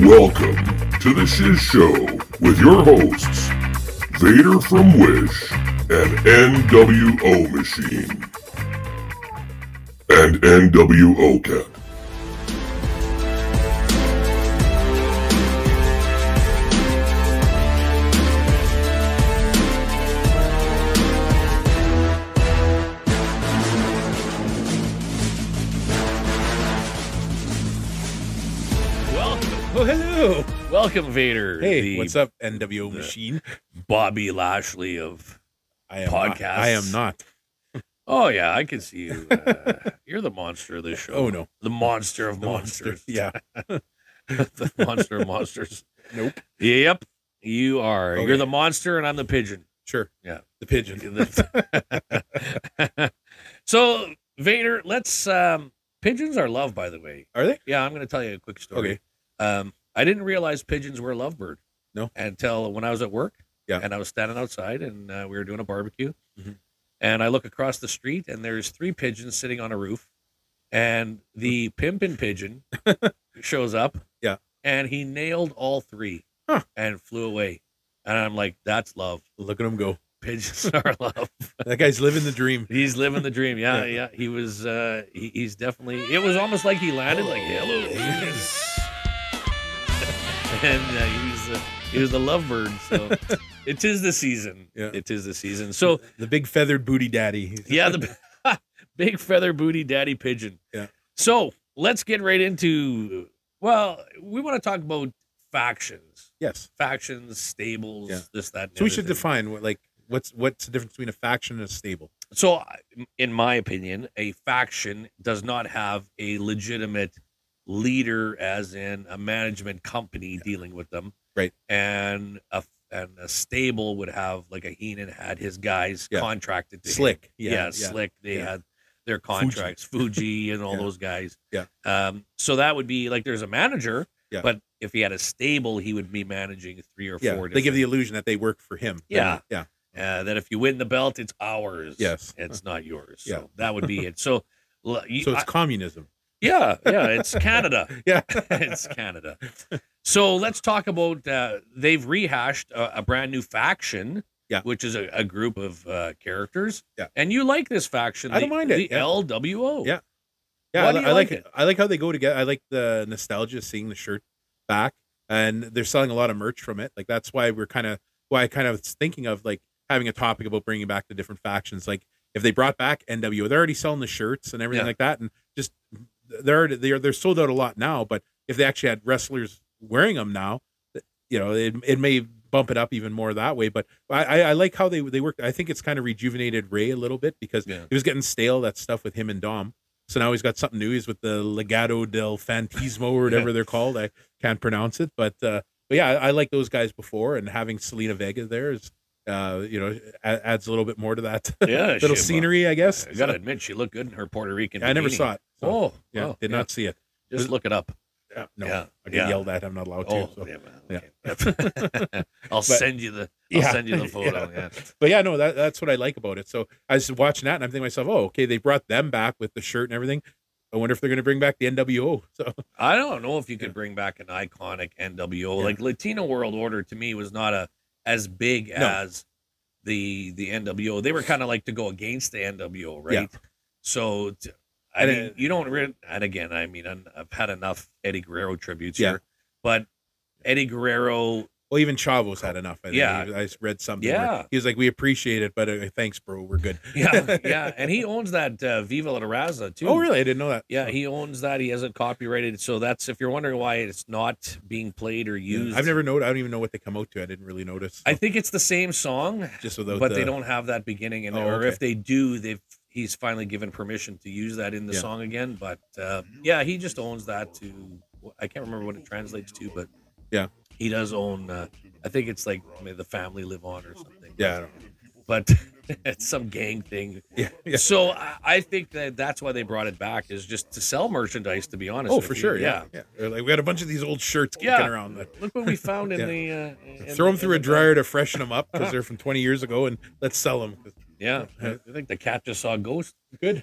Welcome to the Shiz Show with your hosts, Vader from Wish and NWO Machine. And NWO Cat. Welcome. Oh, hello. Welcome, Vader. Hey, the what's up, NWO machine? Bobby Lashley of. I am Not, podcasts? I am not. Oh, yeah, I can see you. Uh, you're the monster of this show. Oh no, The monster of The monster. monsters. Yeah. the monster of monsters. Nope. Oh, Yep. You are. Okay. You're the monster, and I'm the pigeon. Sure. Yeah. The pigeon. so, Vader, let's. um Pigeons are loved, by the way. Are they? Yeah, I'm going to tell you a quick story. Okay. Um, I didn't realize pigeons were a lovebird. No. Until when I was at work. Yeah. And I was standing outside, and uh, we were doing a barbecue, Mhm. and I look across the street, and there's three pigeons sitting on a roof, and the pimpin' pigeon shows up. Hmm. Yeah. And he nailed all three Huh. and flew away, and I'm like, that's love. Look at him go. Pigeons are love. That guy's living the dream. He's living the dream. Yeah, Yeah. yeah. He was. Uh, he, he's definitely. It was almost like he landed like hello, pigeons." and uh, he was. Uh, he was the lovebird. So it is the season. Yeah. It is the season. So The big feathered booty daddy. yeah, the big feather booty daddy pigeon. Yeah. So let's get right into. Well, we want to talk about factions, Yes. factions, stables, Yeah. this, that. and the So we other should thing. define what like what's what's the difference between a faction and a stable. So, I- in my opinion, a faction does not have a legitimate leader, as in a management company dealing with them. Right. And a and a stable would have like a Heenan had his guys Yeah. contracted to him. Slick. Yeah, Slick. They yeah. had their contracts, Fuji, and all Yeah. those guys. Yeah. Um. So that would be like there's a manager. Yeah. But if he had a stable, he would be managing three or Yeah. four. They give the different- illusion that they work for him. Yeah. Yeah. uh, that if you win the belt, it's ours. Yes. it's not yours. Yeah. So that would be it. So, l- you, So it's I- communism. yeah, yeah, it's Canada. Yeah. it's Canada. So let's talk about uh, they've rehashed a, a brand new faction. Yeah. which is a, a group of uh, characters. Yeah. and you like this faction? I don't the- mind it, The yeah. LWO. Yeah. Yeah, Why I, do li- you I like like it? it. I like how they go together. I like the nostalgia of seeing the shirt back, and they're selling a lot of merch from it. Like that's why we're kind of why I kind of was thinking of like having a topic about bringing back the different factions. Like if they brought back NWO, they're already selling the shirts and everything Yeah. like that, and just they're already- they're they're sold out a lot now. But if they actually had wrestlers wearing them now, th- you know, it it may bump it up even more that way. But I I, I like how they they work. I think it's kind of rejuvenated Ray a little bit because Yeah. it was getting stale that stuff with him and Dom. So now he's got something new. He's with the Legado del Fantismo or whatever they're called. I can't pronounce it, but uh, but yeah, I, I like those guys before, and having Selena Vega there is, uh, you know, a- adds a little bit more to that Yeah, little she- scenery, I guess. I gotta admit, she looked good in her Puerto Rican. I never bikini. saw it. So, oh, yeah, wow, did yeah. not see it. Just look it up. Yeah, no, Yeah, I get yeah. yelled at. I'm not allowed to. Oh, so. yeah, well, okay. I'll send you the. I'll Yeah. send you the photo. Yeah. yeah. But yeah, no, that, that's what I like about it. So I was watching that, and I'm thinking to myself, oh, okay, they brought them back with the shirt and everything. I wonder if they're going to bring back the NWO. So I don't know if you could Yeah. bring back an iconic NWO Yeah. like Latino World Order to me was not a as big No. as the the NWO. They were kind of like to go against the NWO, right? Yeah. So t- I And mean, it- you don't really. And again, I mean, i I've had enough Eddie Guerrero tributes Yeah. here, but Eddie Guerrero, Well, even Chavo's had enough. I think. Yeah. He- I read something. Yeah. where he was like, "We appreciate it, but uh, thanks, bro. We're good." yeah, yeah, and he owns that uh, Viva La Raza too. Oh, really? I didn't know that. Yeah, he owns that. He has it copyrighted. So that's if you're wondering why it's not being played or Yeah. used. I've never noticed. I don't even know what they come out to. I didn't really notice. I think it's the same song. just without. but they the- don't have that beginning and Oh, or okay. if they do they've he's finally given permission to use that in the Yeah. song again but uh, yeah he just owns that to i can't remember what it translates to but Yeah. he does own uh, i think it's like may the family live on or something Yeah. I don't know. but it's some gang thing Yeah. yeah. so I, I think that that's why they brought it back is just to sell merchandise to be honest Oh, with for you. sure. Yeah. yeah. They're Like we got a bunch of these old shirts kicking Yeah. around. That, look what we found in Yeah. the uh, in throw the- them through a in the- dryer to freshen them up because they're from 20 years ago, and let's sell them. yeah i think the cat just saw a ghost Good.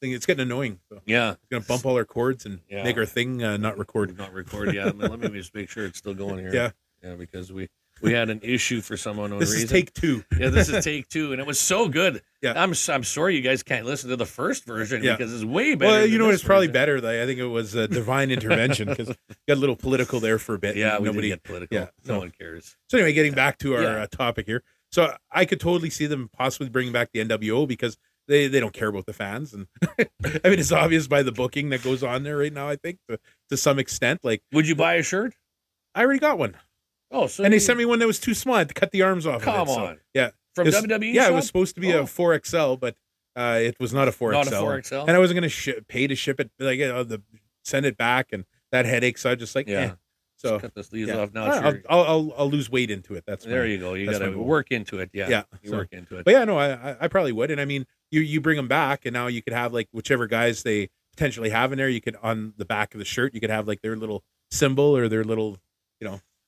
thing. It's getting annoying. So Yeah. it's gonna bump all our chords and Yeah. make our thing uh, not Did record. Not record. Yeah. Let me just make sure it's still going here. Yeah. Yeah. Because we we had an issue for some unknown This reason. is take two. yeah, this is take two, and it was so good. Yeah. I'm s- I'm sorry you guys can't listen to the first version Yeah. because it's way better. Well, than you know, this it's probably version. better. Like, I think it was uh, divine intervention because got a little political there for a bit. Yeah, and we nobody. nobody get political. yeah, no, no. one cares. So anyway, getting back to our Yeah. uh, topic here, so I could totally see them possibly bringing back the NWO because they they don't care about the fans, and I mean it's obvious by the booking that goes on there right now. I think to, to some extent, like Would you buy a shirt? I already got one, Oh, so and they you- sent me one that was too small. I had to cut the arms off. of it, Come so, on. yeah, from It's- WWE. yeah, shop? it was supposed to be Oh. a four XL, but uh, it was not a four not XL, a four XL. and I wasn't gonna sh- pay to ship it, like uh, the send it back, and that headache. So I just like "Eh, Yeah. yeah, so. Just cut the sleeves yeah. off now. I- it's I'll, your- I'll, I'll, I'll lose weight into it. That's there my- you go. You that's my gotta goal. work into it. Yeah, Yeah, you so- work into it. But yeah, no, I I- I probably would. And I mean, you you bring them back, and now you could have like whichever guys they potentially have in there. You could on the back of the shirt, you could have like their little symbol or their little.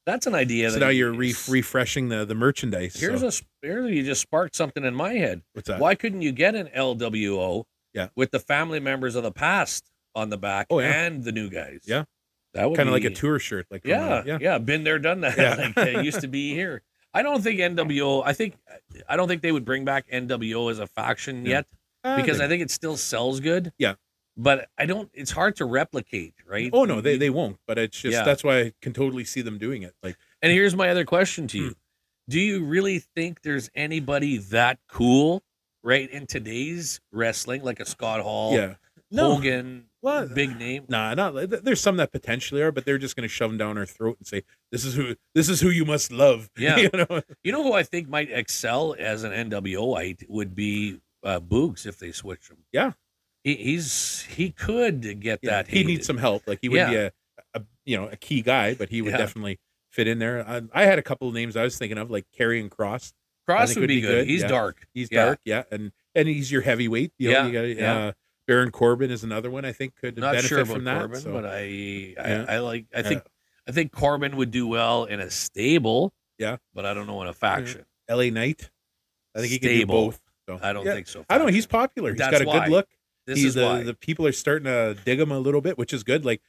That's an idea. so that now you- you're re- refreshing the the merchandise. Here's so, a sp- here you just sparked something in my head. what's that? Why couldn't you get an LWO Yeah. with the family members of the past on the back Oh, yeah. and the new guys? Yeah. That would Kind of like a be- tour shirt, like from, Yeah, uh, yeah, Been there, done that. Yeah. like, it used to be here. I don't think NWO. I think I don't think they would bring back NWO as a faction Yeah. yet Ah, because they- I think it still sells good. Yeah. But I don't. It's hard to replicate, right? oh no, they they won't. But it's just Yeah. that's why I can totally see them doing it. Like And here's my other question to you. Hmm. Do you really think there's anybody that cool, right, in today's wrestling, like a Scott Hall, yeah, Hogan, Well, big name? Nah, not like- th- there's some that potentially are, but they're just gonna shove them down our throat and say, "This is who this is who you must love." Yeah. you know, You know who I think might excel as an NWOite would be uh, Boogs if they switch him. Yeah. He, he's he could get Yeah, that. he needs hated. some help. Like he would be a, a you know a key guy, but he would Yeah. definitely fit in there. I, I had a couple of names I was thinking of, like Carrying Cross. I Cross think would would be be good. good, He's yeah. dark. He's Yeah. dark, yeah, and and he's your heavyweight. You Yeah, know, you gotta, yeah. Uh, Baron Corbin is another one I think could Not benefit sure about from that. Corbin, so, but uh, I I, Yeah. I like I think I think Corbin would do well in a stable. Yeah. But I don't know in a faction. L.A. Knight, I think he could do Stable. both. So I don't yeah. think so. I don't. know, He's popular. He's That's got a why. good look. this He- is the, why. the people are starting to dig him a little bit, which is good. Like,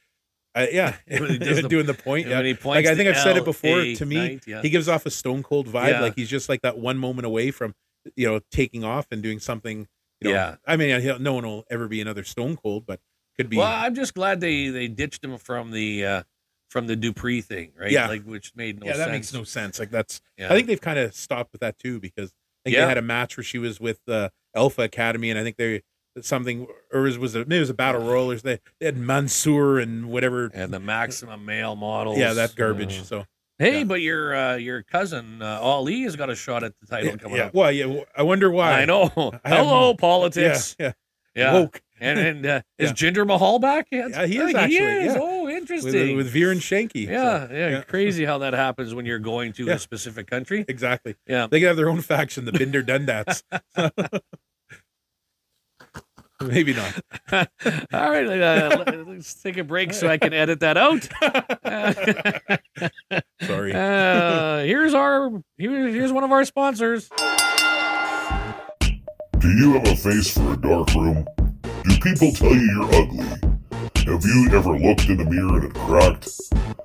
I yeah, When he does the- doing the point. And Yeah, when he points I think to I've said it LA before, to me, Knight, yeah. he gives off a stone cold vibe Yeah. like he's just like that one moment away from you know taking off and doing something you know Yeah. i mean he'll- no one will ever be another stone cold but could be Well, I'm just glad they they ditched him from the uh from the Dupree thing, right? Yeah. Like which made no yeah that sense. makes no sense like that's Yeah. i think they've kind of stopped with that too because i think Yeah. they had a match where she was with uh, alpha academy and i think they something or was, was it maybe it was a battle royal or they, they had mansoor and whatever and the maximum male models. yeah that garbage Uh, so hey, Yeah. but your uh, your cousin uh, Ali has got a shot at the title yeah, coming yeah. up. well yeah w- i wonder why I know. Hello, politics. yeah, Yeah. woke And and uh, is Yeah. Jinder Mahal back? Yeah, he I is think actually, is. yeah. Oh, with, uh, interesting. with veer and shanky so, yeah, yeah, yeah. Crazy how that happens when you're going to Yeah. a specific country. exactly Yeah. They could have their own faction, the Binder Dundats. Maybe not. All right, uh, let- let's take a break so I can edit that out. Sorry. Uh, here's our here, here's one of our sponsors. Do you have a face for a dark room? Do people tell you you're ugly? Have you ever looked in the mirror and it cracked?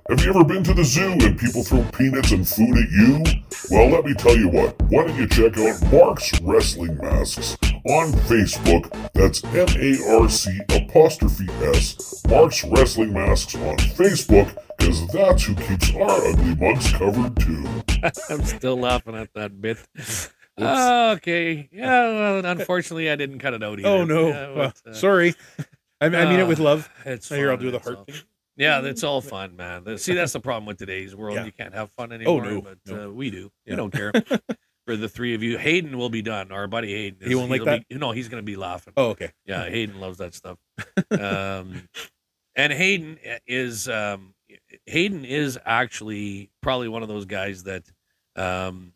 Have you ever been to the zoo and people throw peanuts and food at you? Well, let me tell you what. Why don't you check out Mark's Wrestling Masks on Facebook? That's M A R C apostrophe S. Mark's Wrestling Masks on Facebook, because that's who keeps our ugly mugs covered too. I'm still laughing at that bit. Uh, okay. Yeah. Well, unfortunately, I didn't cut it out. Either. Oh no. Yeah, Well, but, uh, sorry. I mean, I mean it with uh, love. It's Here, I'll fun, do the it's heart all- thing. Yeah, that's all fun, man. That- See, that's the problem with today's world. Yeah. Oh, You can't have fun anymore. no, but no. Uh, we do. We Yeah. don't care. For the three of you, Hayden will be done. Our buddy Hayden. He won't like he'll Be, no, he's going to be laughing. Oh, okay. Yeah, Hayden loves that stuff. Um, and Hayden is um, Hayden is actually probably one of those guys that um,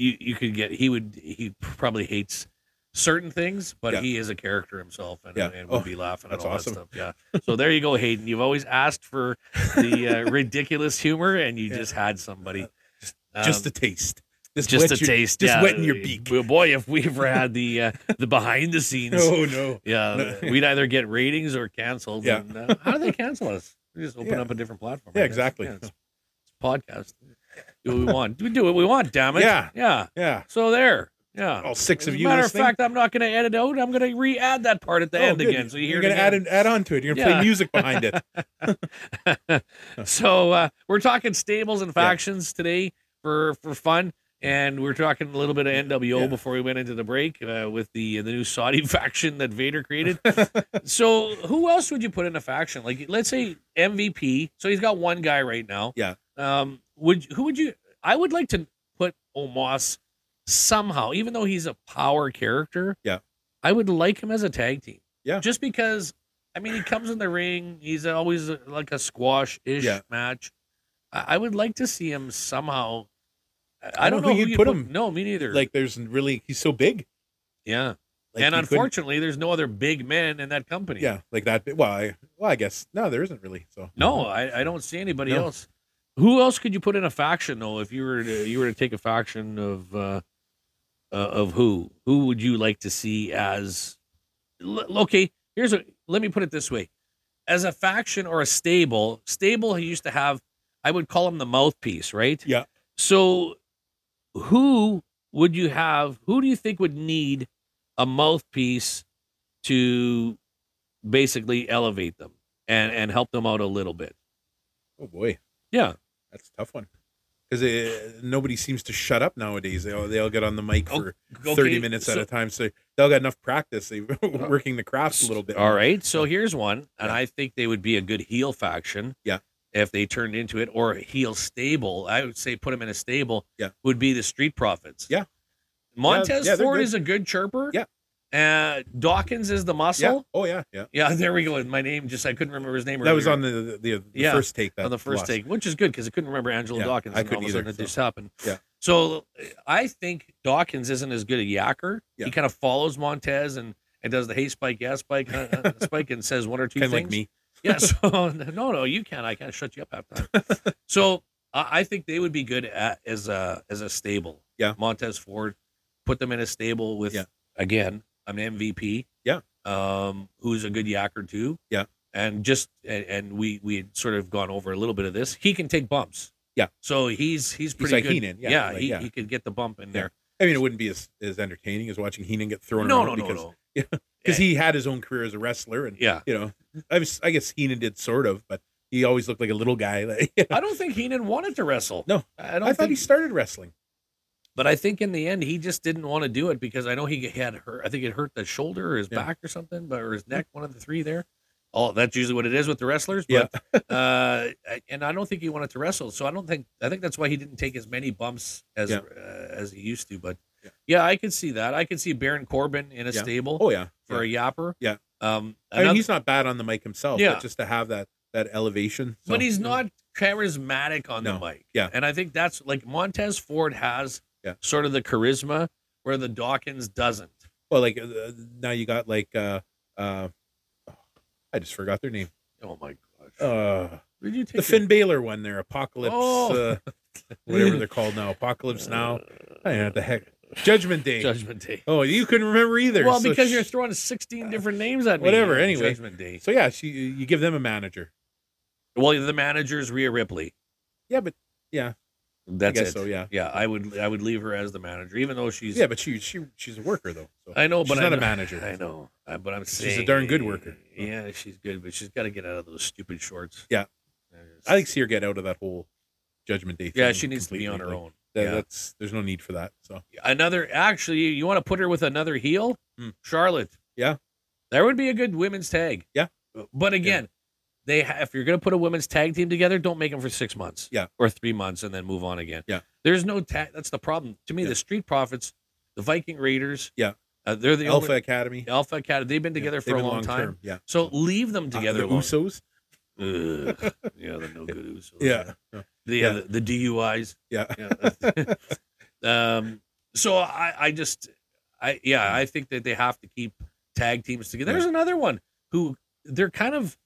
you you could get. He would he probably hates certain things, but Yeah. he is a character himself and, Yeah. and would Oh, be laughing at that's all awesome. that stuff. Yeah. So there you go, Hayden. You've always asked for the uh, ridiculous humor, and you Yeah. Uh, just had somebody. Um, Just a taste. just a wet your- taste. just yeah. wet in your beak. Well, boy, if we ever had the uh, the behind the scenes, Oh no. yeah, No. we'd either get ratings or canceled. Yeah. And, uh, how do they cancel us? We just open Yeah. up a different platform. Yeah, I guess. exactly. it's, it's a podcast. Do what we want. We do what we want. Damn it. Yeah. Yeah. Yeah. So there. Yeah. All six As of a you. Um, matter listening? of fact, I'm not going to edit out. I'm going to re-add that part at the Oh, end good. again. So you hear You're it gonna add again. an add on to it. You're gonna Yeah. play music behind it. so uh, we're talking stables and factions today for for fun, and we're talking a little bit of NWO Yeah. before we went into the break uh, with the the new Saudi faction that Vader created. so who else would you put in a faction? Like let's say MVP. So he's got one guy right now. Yeah. Um. Would who would you? I would like to put Omos somehow, even though he's a power character. Yeah. I would like him as a tag team. Yeah. Just because I mean, he comes in the ring. He's always uh, like a squash ish Yeah. match. I, I would like to see him somehow. I, I I don't don't know think who you'd you put him, No, me neither. like there's really he's so big. yeah. and Like, he couldn't- unfortunately, there's no other big men in that company. Yeah, like that big. Well, I, well, I guess no, there isn't really. So No, I, I don't see anybody No. else. Who else could you put in a faction though? If you were to, you were to take a faction of uh, uh, of who who would you like to see as? L- okay, here's a. Let me put it this way: as a faction or a stable, stable he used to have. I would call him the mouthpiece, right? Yeah. So, who would you have? Who do you think would need a mouthpiece to basically elevate them? and and help them out a little bit. Oh boy, Yeah, that's a tough one because nobody seems to shut up nowadays. They all they all get on the mic Oh, for okay, thirty minutes so- Oh. at a time, so they all got enough practice. They working the craft a little bit. All right, so here's one, and I think they would be a good heel faction. Yeah. if they turned into it or a heel stable, I would say put them in a stable. Yeah. would be the Street Profits. Yeah. Montez yeah, they're Ford good. is a good chirper. Yeah. uh, Dawkins is the Yeah. muscle. Oh yeah, yeah. Yeah, there we go. My name just I couldn't remember his name. That was earlier. on the the, the Yeah, first take. That on the first lost. take, which is good because I couldn't remember Angela Yeah, Dawkins. I and all couldn't of a either, sudden It so- just happened. Yeah. So uh, I think Dawkins isn't as good a yacker. He Yeah. kind of follows Montez and, and does the hey spike, yeah spike, uh, uh, spike, and says one or two Kind of things. like me. Yeah. So no, no, you can't. I can't shut you up half the time. so I I think they would be good at, as a as a stable. Yeah. Montez Ford, put them in a stable with Yeah. again an MVP. Yeah. Um, who's a good yacker too. Yeah. And just and, and we we had sort of gone over a little bit of this. He can take bumps. Yeah. So he's he's pretty like good. Heenan, yeah, like, he, yeah. he could get the bump in Yeah. there. I mean, it wouldn't be as, as entertaining as watching Heenan get thrown No, around no, no, because no. because he had his own career as a wrestler and Yeah. you know I was I guess Heenan did sort of, but he always looked like a little guy. Like, I, I don't think Heenan wanted to wrestle. No. I don't thought think he started wrestling. But I think in the end, he just didn't want to do it because I know he had hurt. I think it hurt the shoulder or his Yeah. Hmm. back or something, but or his neck, one of the three there. Oh, that's usually what it is with the wrestlers. Yeah. But, uh, and I don't think he wanted to wrestle, so I don't think I think that's why he didn't take as many bumps as Yeah. uh, as he used to. But yeah. Yeah. I could see that. I could see Baron Corbin in a Yeah. stable Oh yeah, for a yapper. Yeah. Um. I mean, another- he's not bad on the mic himself, Yeah. but just to have that that elevation. so- but he's not charismatic on No, the mic. yeah. And I think that's like Montez Ford has Yeah. sort of the charisma where the Dawkins doesn't. Well, like uh, now you got like uh uh I just forgot their name. Oh my gosh. Uh Did you take the Finn Balor one there, Apocalypse Oh. uh, whatever they're called now, Apocalypse Now. I don't know what the heck. Judgment Day. Uh, Judgment Day? Oh, you couldn't remember either. Well, so because sh- you're throwing 16 different names at me. Whatever, on anyway. Judgment Day. so yeah, she you give them a manager. Well, the manager is Rhea Ripley. Yeah, but yeah, That's I guess it. so. Yeah, Yeah, I would I would leave her as the manager, even though she's. yeah, but she she she's a worker though. So. I know, she's but not I, a manager. I know, I- but I'm She's a saying darn good worker. Yeah, she's good, but she's got to get out of those stupid shorts. Yeah. I think see her get out of that whole Judgment Day. Yeah, thing she needs to be on completely. her Like, own. that- yeah. That's there's no need for that. So another actually you want to put her with another heel Hmm. charlotte Yeah. there would be a good women's tag Yeah. but again they ha- if you're going to put a women's tag team together don't make them for six months Yeah. or three months and then move on again Yeah. there's no tag that's the problem to me Yeah. the street profits the viking raiders Yeah. uh, they're the Alpha only, Academy alpha academy they've been yeah, together they've for a been long, time term, Yeah, so leave them together Uh, the long. Usos. Ugh. yeah they're no good Usos. Yeah, the, uh, Yeah. the, the duis yeah. Oh, yeah. um, so I, I just, I yeah, I think that they have to keep tag teams together. There's another one who they're kind of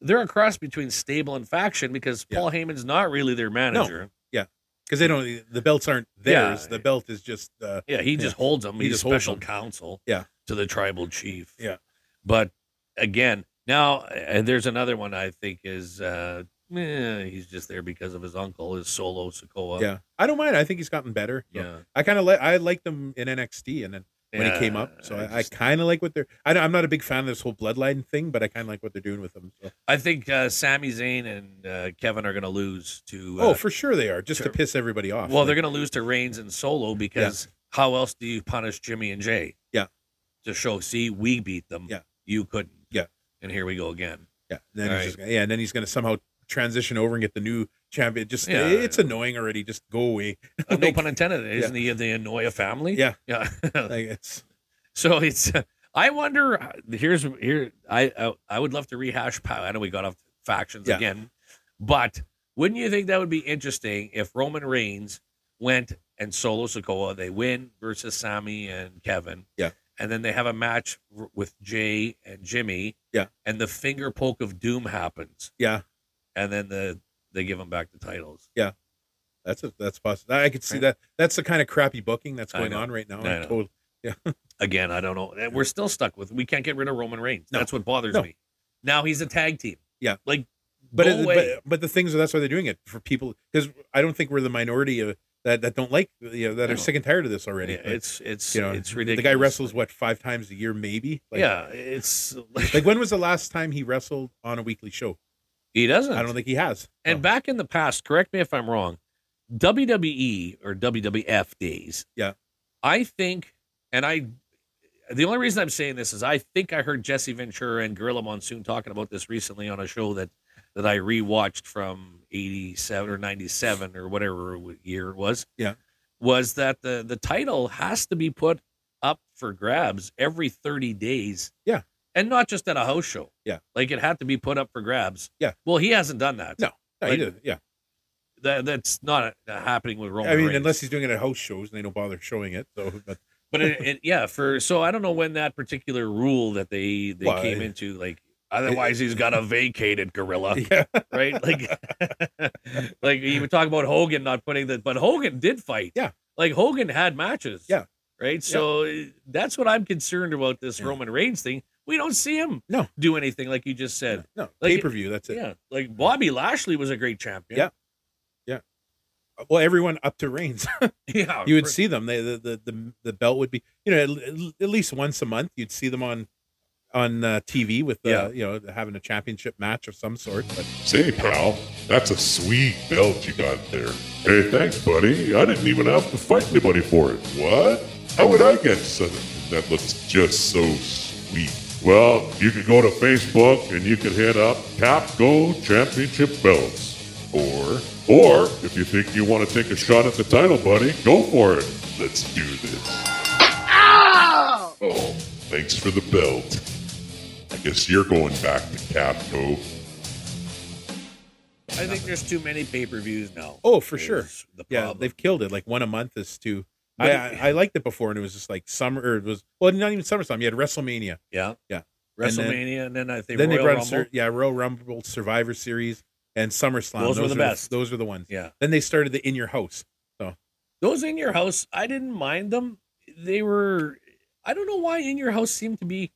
they're a cross between stable and faction because Yeah. Paul Heyman's not really their manager. yeah. because they don't the belts aren't Yeah. theirs. The belt is just uh, Yeah, he just holds them. He He's just holds special 'em. counsel. Yeah. To the tribal chief. Yeah. But again, now uh, there's another one I think is uh, eh, he's just there because of his uncle, his solo Sokoa. yeah. I don't mind. I think he's gotten better. So Yeah. I kind of like I liked them in NXT and then when he came Yeah, up. So I, I just- kind of like what they're. I, don't- I'm not a big fan of this whole bloodline thing, but I kind of like what they're doing with them. So. I think uh, Sami Zayn and uh, Kevin are going to lose to. Uh, oh, for sure they are just sure. to piss everybody off. well, they're Like, going to lose to Reigns and Solo because how else do you punish Jimmy and Jay? Yeah. To show, see, we beat them. Yeah. You couldn't. Yeah. And here we go again. yeah. Then all he's right. just gonna- yeah, and then he's going to somehow transition over and get the new champion. Just Yeah. it's annoying already. Just go away. Uh, no Like- pun intended. Isn't he the Anoia family? Yeah. Yeah. Like it's so it's. I wonder. Here's here. I I, I would love to rehash. pow- I know we got off factions Yeah. again, but wouldn't you think that would be interesting if Roman Reigns went and solo Sokoa? They win versus Sammy and Kevin. Yeah. And then they have a match r- with Jay and Jimmy. Yeah. And the finger poke of doom happens, yeah. and then the they give them back the titles. That's a, that's possible. I could see Right. that. That's the kind of crappy booking that's I going know. on right now. I know. Totally. again, I don't know. And We're still stuck with we can't get rid of Roman Reigns. No. That's what bothers No. me. Now he's a tag team. Yeah. Like But, Go it, away. but but the things that's why they're doing it for people because I don't think we're the minority of that that don't like you know that are No. sick and tired of this already. Like, it's it's you know, it's ridiculous. The guy wrestles what five times a year, maybe. Like, yeah, it's Like when was the last time he wrestled on a weekly show? he doesn't. I don't think he has. and No. back in the past, correct me if I'm wrong, WWE or WWF days. Yeah. I think and I the only reason I'm saying this is I think I heard Jesse Ventura and Gorilla Monsoon talking about this recently on a show that that I rewatched from 87 or 97 or whatever year it was. Yeah. Was that the the title has to be put up for grabs every 30 days. Yeah. And not just at a house show. Yeah. Like it had to be put up for grabs. Yeah. Well, he hasn't done that. No, No, he like- didn't. yeah. That that's not uh, happening with Roman I mean, Reigns. unless he's doing it at house shows and they don't bother showing it. So, but but it, it, yeah, for so I don't know when that particular rule that they they Well, came I- into like otherwise he's got a vacated gorilla. yeah, right? Like, like you would talk about Hogan not putting the, but Hogan did fight. Yeah. like Hogan had matches. Yeah. right. So uh, that's what I'm concerned about this Yeah. Roman Reigns thing. We don't see him No. do anything like you just said. no Like- pay per view. That's it. Yeah, like Bobby Lashley was a great champion. Yeah. Well, everyone up to Reigns. yeah. you would for- see them. They, the, the the the belt would be you know at, at least once a month you'd see them on on uh, TV with uh, Yeah. you know having a championship match of some sort. But Say, pal, that's a sweet belt you got there. Hey, thanks, buddy. I didn't even have to fight anybody for it. What? How would I get such? That looks just so sweet. Well, you could go to Facebook and you could hit up Cap Go Championship Belts. Or, or if you think you want to take a shot at the title, buddy, go for it. Let's do this. Oh, thanks for the belt. I guess you're going back to Capco. I think there's too many pay per views now. oh, for sure, is The yeah, problem. they've killed it. Like one a month is too. But I, it- I I liked it before, and it was just like summer. Or it was well, not even SummerSlam. You had WrestleMania. yeah, Yeah. And then- WrestleMania, and then, I think then Royal they brought Rumble. Sur- yeah Royal Rumble, Survivor Series, and SummerSlam. Those were the are best. those were the ones. yeah, Then they started the In Your House. Those in your house, I didn't mind them. They were, I don't know why in your house seemed to be,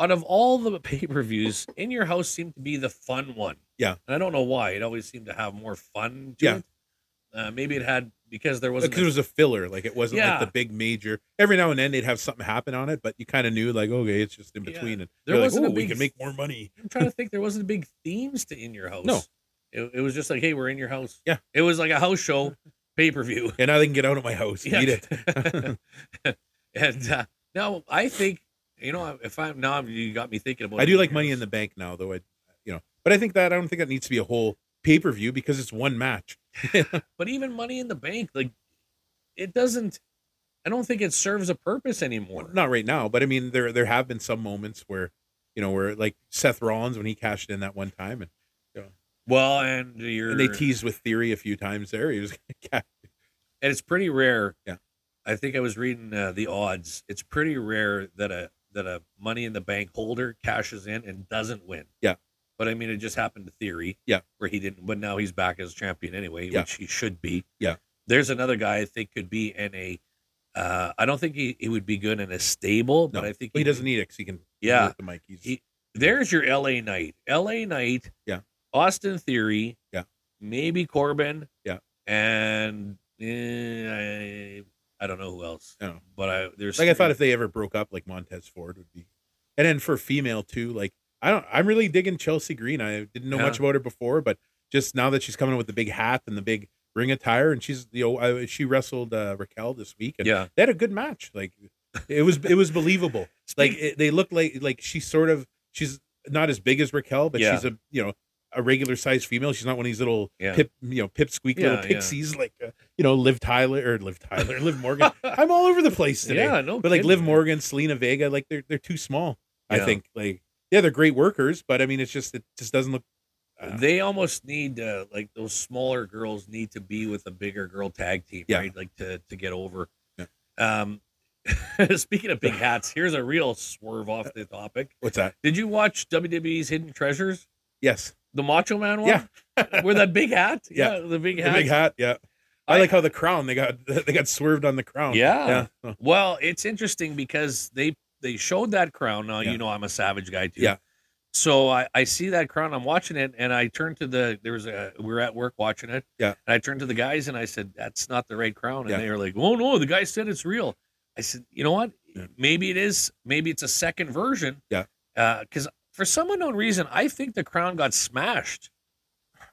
out of all the pay per views, in your house seemed to be the fun one. Yeah. And I don't know why. It always seemed to have more fun to Yeah. it. Uh, maybe it had, because there wasn't. Because it was a filler, like it wasn't Yeah. like the big major. Every now and then they'd have something happen on it, but you kind of knew, like, okay, it's just in Yeah. between. And There you're like, wasn't a "Ooh, we big- can make more money. I'm trying to think, there wasn't big themes to in your house. No. It, it was just like, hey, we're in your house. Yeah. It was like a house show pay per view. And now they can get out of my house. and Eat it. and uh, now I think, you know, if I'm, now I'm, you got me thinking about I do In like Your Money House. in the Bank now, though. I, you know, but I think that I don't think that needs to be a whole pay per view because it's one match. but even money in the bank like it doesn't i don't think it serves a purpose anymore Not right now, but I mean, there there have been some moments where, you know, where like Seth Rollins when he cashed in that one time, and, well and you're and they teased with Theory a few times there. He was gonna cash. and it's pretty rare Yeah. i think i was reading uh, the odds it's pretty rare that a that a money in the bank holder cashes in and doesn't win Yeah. but i mean it just happened to theory Yeah. where he didn't but now he's back as champion anyway Yeah. which he should be Yeah. there's another guy I think could be in a. Uh, I don't think he, he would be good in a stable, but No, I think He doesn't need it 'cause he can. Yeah. with the mic. He's, He- There's your L.A. Knight, L.A. Knight, Yeah. Austin Theory, Yeah. maybe Corbin, Yeah. and eh, I, I don't know who else. No. But I there's like I thought three- if they ever broke up, like Montez Ford would be, and then for female too, like I don't, I'm really digging Chelsea Green. I didn't know Yeah. much about her before, but just now that she's coming in with the big hat and the big ring attire, and she's you know I, she wrestled uh, Raquel this week, and yeah. they had a good match. Like it was, it was believable. like it, they look like like she's sort of she's not as big as Raquel, but Yeah. she's a you know a regular sized female. She's not one of these little Yeah. pip you know pipsqueak Yeah, little yeah. pixies like uh, you know Liv Tyler or Liv Tyler Liv Morgan. I'm all over the place today. yeah, no, But like kidding. Liv Morgan, Selena Vega, like they're they're too small. I Yeah. think like yeah, they're great workers, but I mean it's just it just doesn't look. uh, they almost need uh, like those smaller girls need to be with a bigger girl tag team, Yeah. right? Like to to get over. Yeah. Um, speaking of big hats, here's a real swerve off the topic. What's that? Did you watch WWE's Hidden Treasures, Yes, the Macho Man one? Yeah. with that big hat. Yeah. the big the hat. big hat. Yeah, I, like how the crown they got they got swerved on the crown. Yeah. yeah, Oh, Well, it's interesting because they they showed that crown. Now Yeah. you know I'm a savage guy too. Yeah. So I, I see that crown. I'm watching it, and I turned to the there was a we were at work watching it. Yeah. And I turned to the guys and I said, "That's not the right crown." And Yeah. they were like, "Oh no, the guy said it's real." I said, "You know what? Yeah. Maybe it is. Maybe it's a second version." Yeah. Because for some unknown reason, I think the crown got smashed.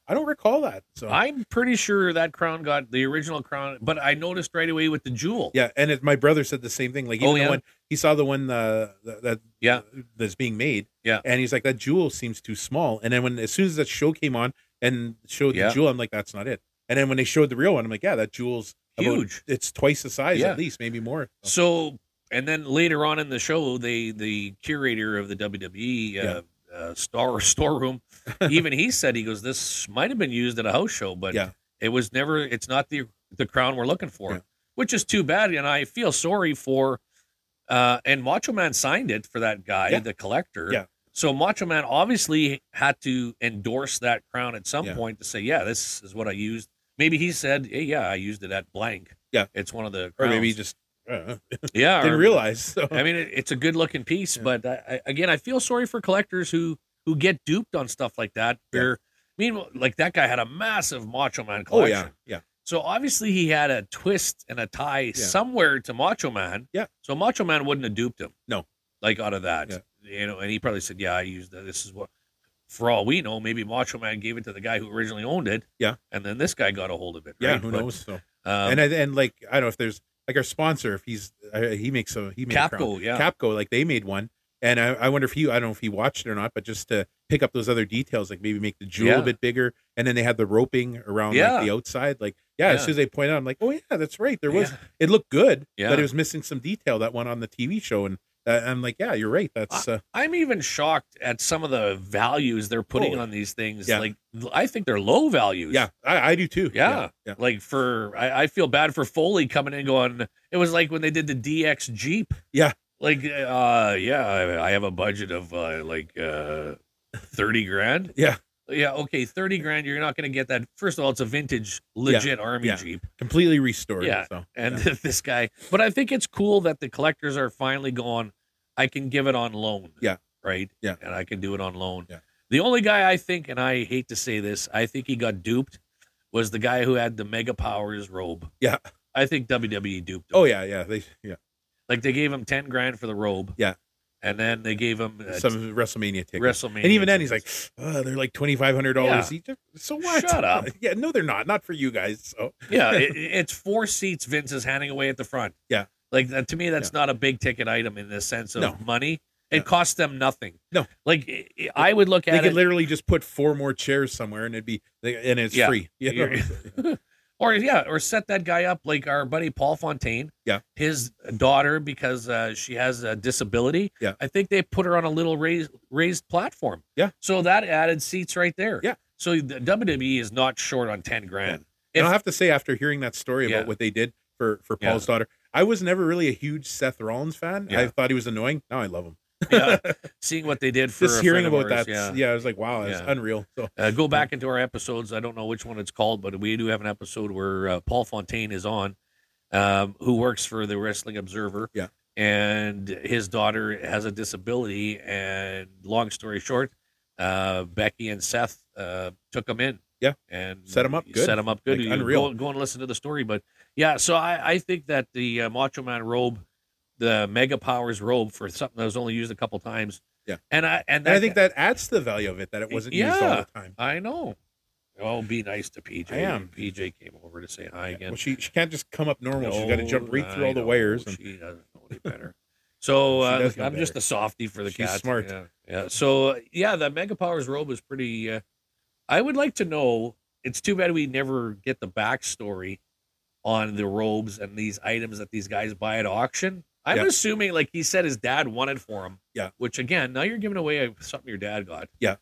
I don't recall that. So I'm pretty sure that crown got the original crown, but I noticed right away with the jewel. Yeah, and it, my brother said the same thing. Like, even Oh, the yeah? one he saw the one uh, that that- Yeah. that's being made. Yeah. and he's like, that jewel seems too small. And then when as soon as that show came on and showed Yeah. the jewel, I'm like, that's not it. And then when they showed the real one, I'm like, yeah, that jewel's about- Huge. it's twice the size Yeah. at least, maybe more. So, So, and then later on in the show, they the curator of the WWE uh, uh, star storeroom, even he said he goes, "This might have been used at a house show, but Yeah. it was never. It's not the the crown we're looking for, Yeah. which is too bad. And I feel sorry for. Uh, and Macho Man signed it for that guy, Yeah. the collector. Yeah. So Macho Man obviously had to endorse that crown at some Yeah. point to say, "Yeah, this is what I used." Maybe he said, "Hey, "Yeah, I used it at blank." Yeah. it's one of the or crowns. maybe he just I don't know, yeah didn't or- realize. So I mean, it, it's a good looking piece, Yeah. but I, I, again, I feel sorry for collectors who who get duped on stuff like that. Yeah. They're- I mean, like that guy had a massive Macho Man oh collection. yeah, yeah, So obviously he had a twist and a tie somewhere to Macho Man. Yeah. So Macho Man wouldn't have duped him. No. Like out of that, Yeah. you know, and he probably said, "Yeah, I used that. This is what." For all we know, maybe Macho Man gave it to the guy who originally owned it. Yeah. And then this guy got a hold of it. yeah. right? Who But, knows? So Um, and I, and like I don't know if there's like our sponsor if he's uh, he makes a he made a crown. Capco, yeah. Capco, like they made one. And I, I wonder if he, I don't know if he watched it or not, but just to pick up those other details, like maybe make the jewel Yeah. a bit bigger. And then they had the roping around Yeah. like, the outside. Like, yeah, as Yeah. soon as they pointed out, I'm like, oh, yeah, that's right. There was, Yeah. it looked good, Yeah. but it was missing some detail that one on the TV show. And uh, I'm like, yeah, you're right. That's, uh, I'm even shocked at some of the values they're putting Oh, on these things. yeah. Like I think they're low values. yeah, I, I do too. Yeah. Yeah. Like for I, I feel bad for Foley coming in going. It was like when they did the DX Jeep. Yeah. Like uh yeah, I, I have a budget of uh, like uh thirty grand. Yeah. Yeah. Okay, thirty grand. You're not going to get that. First of all, it's a vintage, legit army yeah. Jeep, Completely restored. Yeah. So, and yeah. this guy. But I think it's cool that the collectors are finally going. I can give it on loan. Yeah. Right. Yeah. And I can do it on loan. Yeah. The only guy I think, and I hate to say this, I think he got duped, was the guy who had the Mega Powers robe. Yeah. I think WWE duped him. Oh, yeah. Yeah. They, yeah. Like they gave him ten grand for the robe. Yeah. And then they gave him uh, Some WrestleMania tickets. WrestleMania. and even then, he's like, tickets. oh, they're like $2,500 each. So what? Shut up. yeah. No, they're not. Not for you guys. So, yeah, it, it's four seats. Vince is handing away at the front. Yeah. Like that, to me, that's not a big ticket item in the sense of No. money. It No. costs them nothing. No. Like I- I would look they at could it. literally just put four more chairs somewhere and it'd be and it's Yeah. free you know? or yeah, or set that guy up like our buddy Paul Fontaine. Yeah. his daughter because uh, she has a disability. Yeah. I think they put her on a little raised raised platform. Yeah. so that added seats right there. Yeah. so the WWE is not short on ten grand. and i'll If- have to say after hearing that story about Yeah. what they did for for Yeah. paul's daughter i was never really a huge seth rollins fan Yeah. i thought he was annoying now i love him yeah, seeing what they did for Just a hearing friend of about that, ours, yeah. yeah. I was like, wow, that's Yeah. unreal. So Uh, go back into our episodes. I don't know which one it's called, but we do have an episode where uh, Paul Fontaine is on, um, who works for the Wrestling Observer. Yeah. And his daughter has a disability. And long story short, uh, Becky and Seth uh, took him in. Yeah. And Set 'em up good. Set him up good. Like, You unreal. Go, go and listen to the story. But yeah, so I, I think that the uh, Macho Man robe, the Mega Powers robe, for something that was only used a couple times. Yeah. And I and, and I think that adds to the value of it that it wasn't used all Yeah. the time. I know. Oh, be nice to PJ. I am. PJ came over to say hi again. Well, she she can't just come up normal. She's got to jump No, right through I all the know. wires. And, She doesn't know any better. So She uh, does know I'm just better. a softie for the She's cat. smart. Yeah. yeah. So uh, yeah, that Mega Powers robe is pretty. Uh, I would like to know. It's too bad we never get the backstory on the robes and these items that these guys buy at auction. I'm Yeah. assuming, like he said, his dad wanted for him. Yeah. Which again, now you're giving away a- something your dad got. Yeah.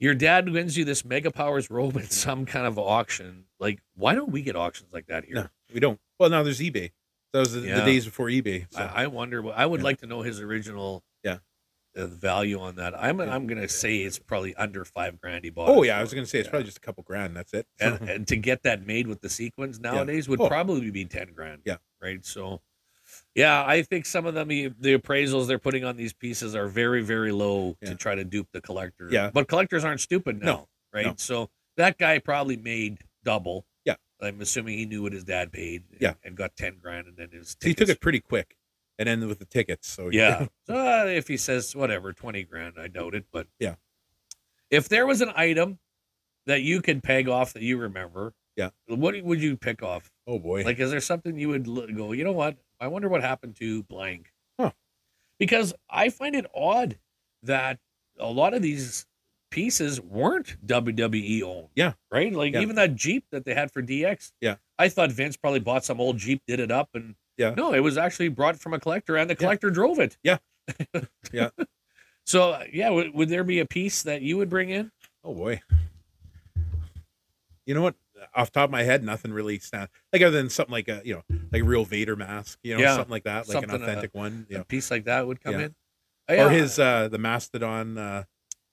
Your dad wins you this Mega Powers robe in some kind of auction. Like, why don't we get auctions like that here? no, we don't. Well, now there's eBay. That was the, the Yeah. days before eBay. So. I, I wonder. what- I would Yeah. like to know his original. Yeah. uh, value on that. I'm Yeah. I'm gonna say it's probably under five grand he bought. oh it yeah, I for. was gonna say it's Yeah. probably just a couple grand. That's it. and, and to get that made with the sequins nowadays would Oh. probably be ten grand. Yeah. Right. So, yeah, I think some of them e, the the appraisals they're putting on these pieces are very very low Yeah. to try to dupe the collector. Yeah. But collectors aren't stupid now, No, right? no. So that guy probably made double. Yeah. I'm assuming he knew what his dad paid. and- Yeah. And got ten grand, and then his he took tickets it pretty quick, and ended with the tickets. So yeah. So uh, if he says whatever, 20 grand, I doubt it. But Yeah. If there was an item that you could peg off that you remember, Yeah. What would you pick off? oh boy. Like, is there something you would l- go, you know what? I wonder what happened to blank. Huh. Because I find it odd that a lot of these pieces weren't WWE owned. Yeah. Right? Like, Yeah. even that Jeep that they had for DX. Yeah. I thought Vince probably bought some old Jeep, did it up, and Yeah. no, it was actually brought from a collector, and the collector drove it. Yeah. Yeah. so, yeah, would, would there be a piece that you would bring in? Oh boy. You know what? Off the top of my head, nothing really stands like other than something like a you know like a real Vader mask, you know, Yeah. something like that, like Something, an uh, authentic one, you A know, piece like that would come Yeah. in? Yeah. or his uh the mastodon, uh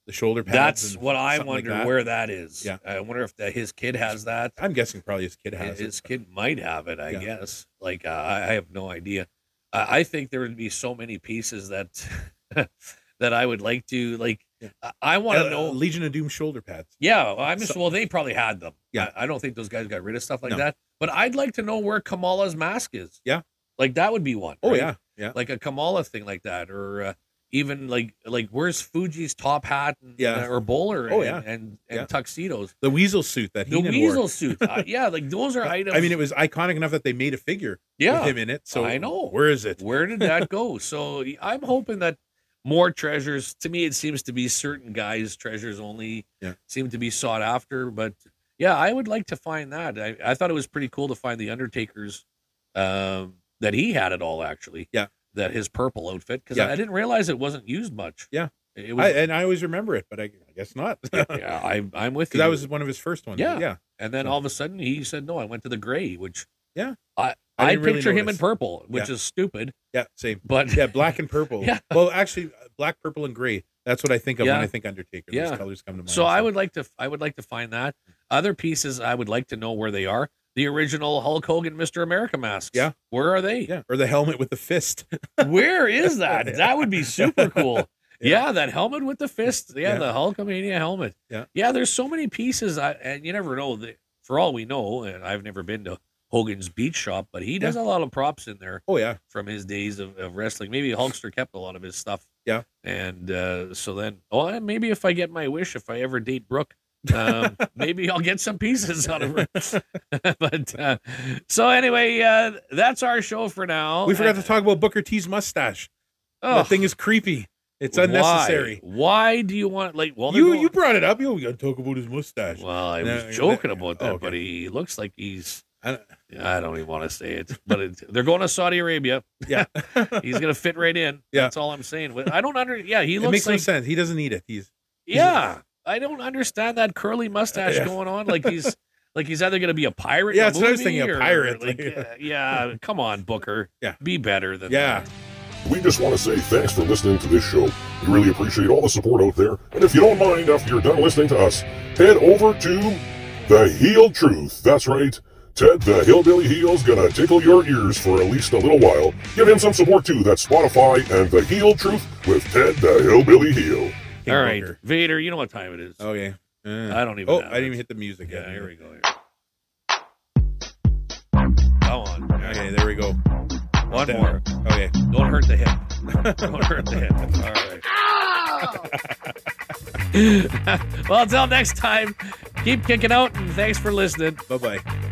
the shoulder pads. That's and what I something like wonder that. where that is. Yeah. I wonder if that his kid has that. I'm guessing probably his kid has his it. kid might have it, I Yeah. guess. Like uh, I I have no idea. I I think there would be so many pieces that that I would like to like. Yeah. I- I want to Uh, know. Legion of Doom shoulder pads. Yeah, well, I'm just So- well. They probably had them. Yeah. I, I don't think those guys got rid of stuff like No. that. But I'd like to know where Kamala's mask is. Yeah. like that would be one. Oh right? yeah, yeah, like a Kamala thing like that, or uh, even like like where's Fuji's top hat and, uh, Yeah. or bowler? Oh, and, yeah. and, and, Yeah. tuxedos. the weasel suit that The he weasel suit, uh, yeah, like those are items. I mean, it was iconic enough that they made a figure yeah, with him in it. So I know. where is it? where did that go? So I'm hoping that more treasures. To me, it seems to be certain guys' treasures only Yeah. seem to be sought after. But yeah, I would like to find that. I, I thought it was pretty cool to find the Undertaker's um, that he had it all actually. Yeah. that his purple outfit because Yeah. I, I didn't realize it wasn't used much. Yeah. it I, was. and I always remember it, but I, I guess not. Because yeah, I, I'm with you. that was one of his first ones. Yeah. yeah. And then all of a sudden he said, "No, I went to the gray," which Yeah. I I I, didn't really picture him in notice. purple, which is stupid, Yeah, same. but Yeah, black and purple. Yeah. Well, actually, uh, black, purple, and gray. That's what I think of Yeah. when I think Undertaker. Yeah. Those colors come to mind. So I would like to I would like to find that. Other pieces I would like to know where they are. The original Hulk Hogan Mr. America masks. Yeah. Where are they? Yeah. Or the helmet with the fist. Where is that? That would be super cool. Yeah. Yeah, that helmet with the fist. Yeah, Yeah. the Hulkamania helmet. Yeah. Yeah, there's so many pieces I, and you never know that for all we know, and I've never been to Hogan's beach shop, but he does a lot of props in there Oh yeah. from his days of, of wrestling. Maybe Hulkster kept a lot of his stuff. Yeah. And uh, so then, oh, and maybe if I get my wish, if I ever date Brooke, um, maybe I'll get some pieces out of her. but uh, so anyway, uh, that's our show for now. We forgot Uh, to talk about Booker T's mustache. oh, That thing is creepy. It's why? unnecessary. Why, do you want like? Well, they're You going- you brought it up. You we gotta talk about his mustache. Well, I No, was you- joking about that, okay. but he looks like he's. I don't- I don't even want to say it, but it, they're going to Saudi Arabia. yeah. it He's going to fit right in. Yeah. That's all I'm saying. I don't under. Yeah, he looks makes like no sense. He doesn't need it. He's He's a- Yeah, I don't understand that curly mustache Yeah. going on. Like he's like he's either going to be a pirate. Yeah, in a that's what I was movie thinking, a or, pirate, Like, like- uh, yeah, come on, Booker. Yeah. be better than Yeah. that. We just want to say thanks for listening to this show. We really appreciate all the support out there. And if you don't mind, after you're done listening to us, head over to The Heel Truth. That's right. Ted the Hillbilly Heel's gonna tickle your ears for at least a little while. Give him some support too. That's Spotify and The Heel Truth with Ted the Hillbilly Heel. All right, Booker. Vader, you know what time it is. Oh yeah. Uh, I don't even oh, know. I didn't even hit the music Yeah, yet. here we go. Here. Go on. Okay, there we go. One There. more. Okay. Don't hurt the hip. Don't hurt the hip. All right. well, until next time, keep kicking out and thanks for listening. Bye bye.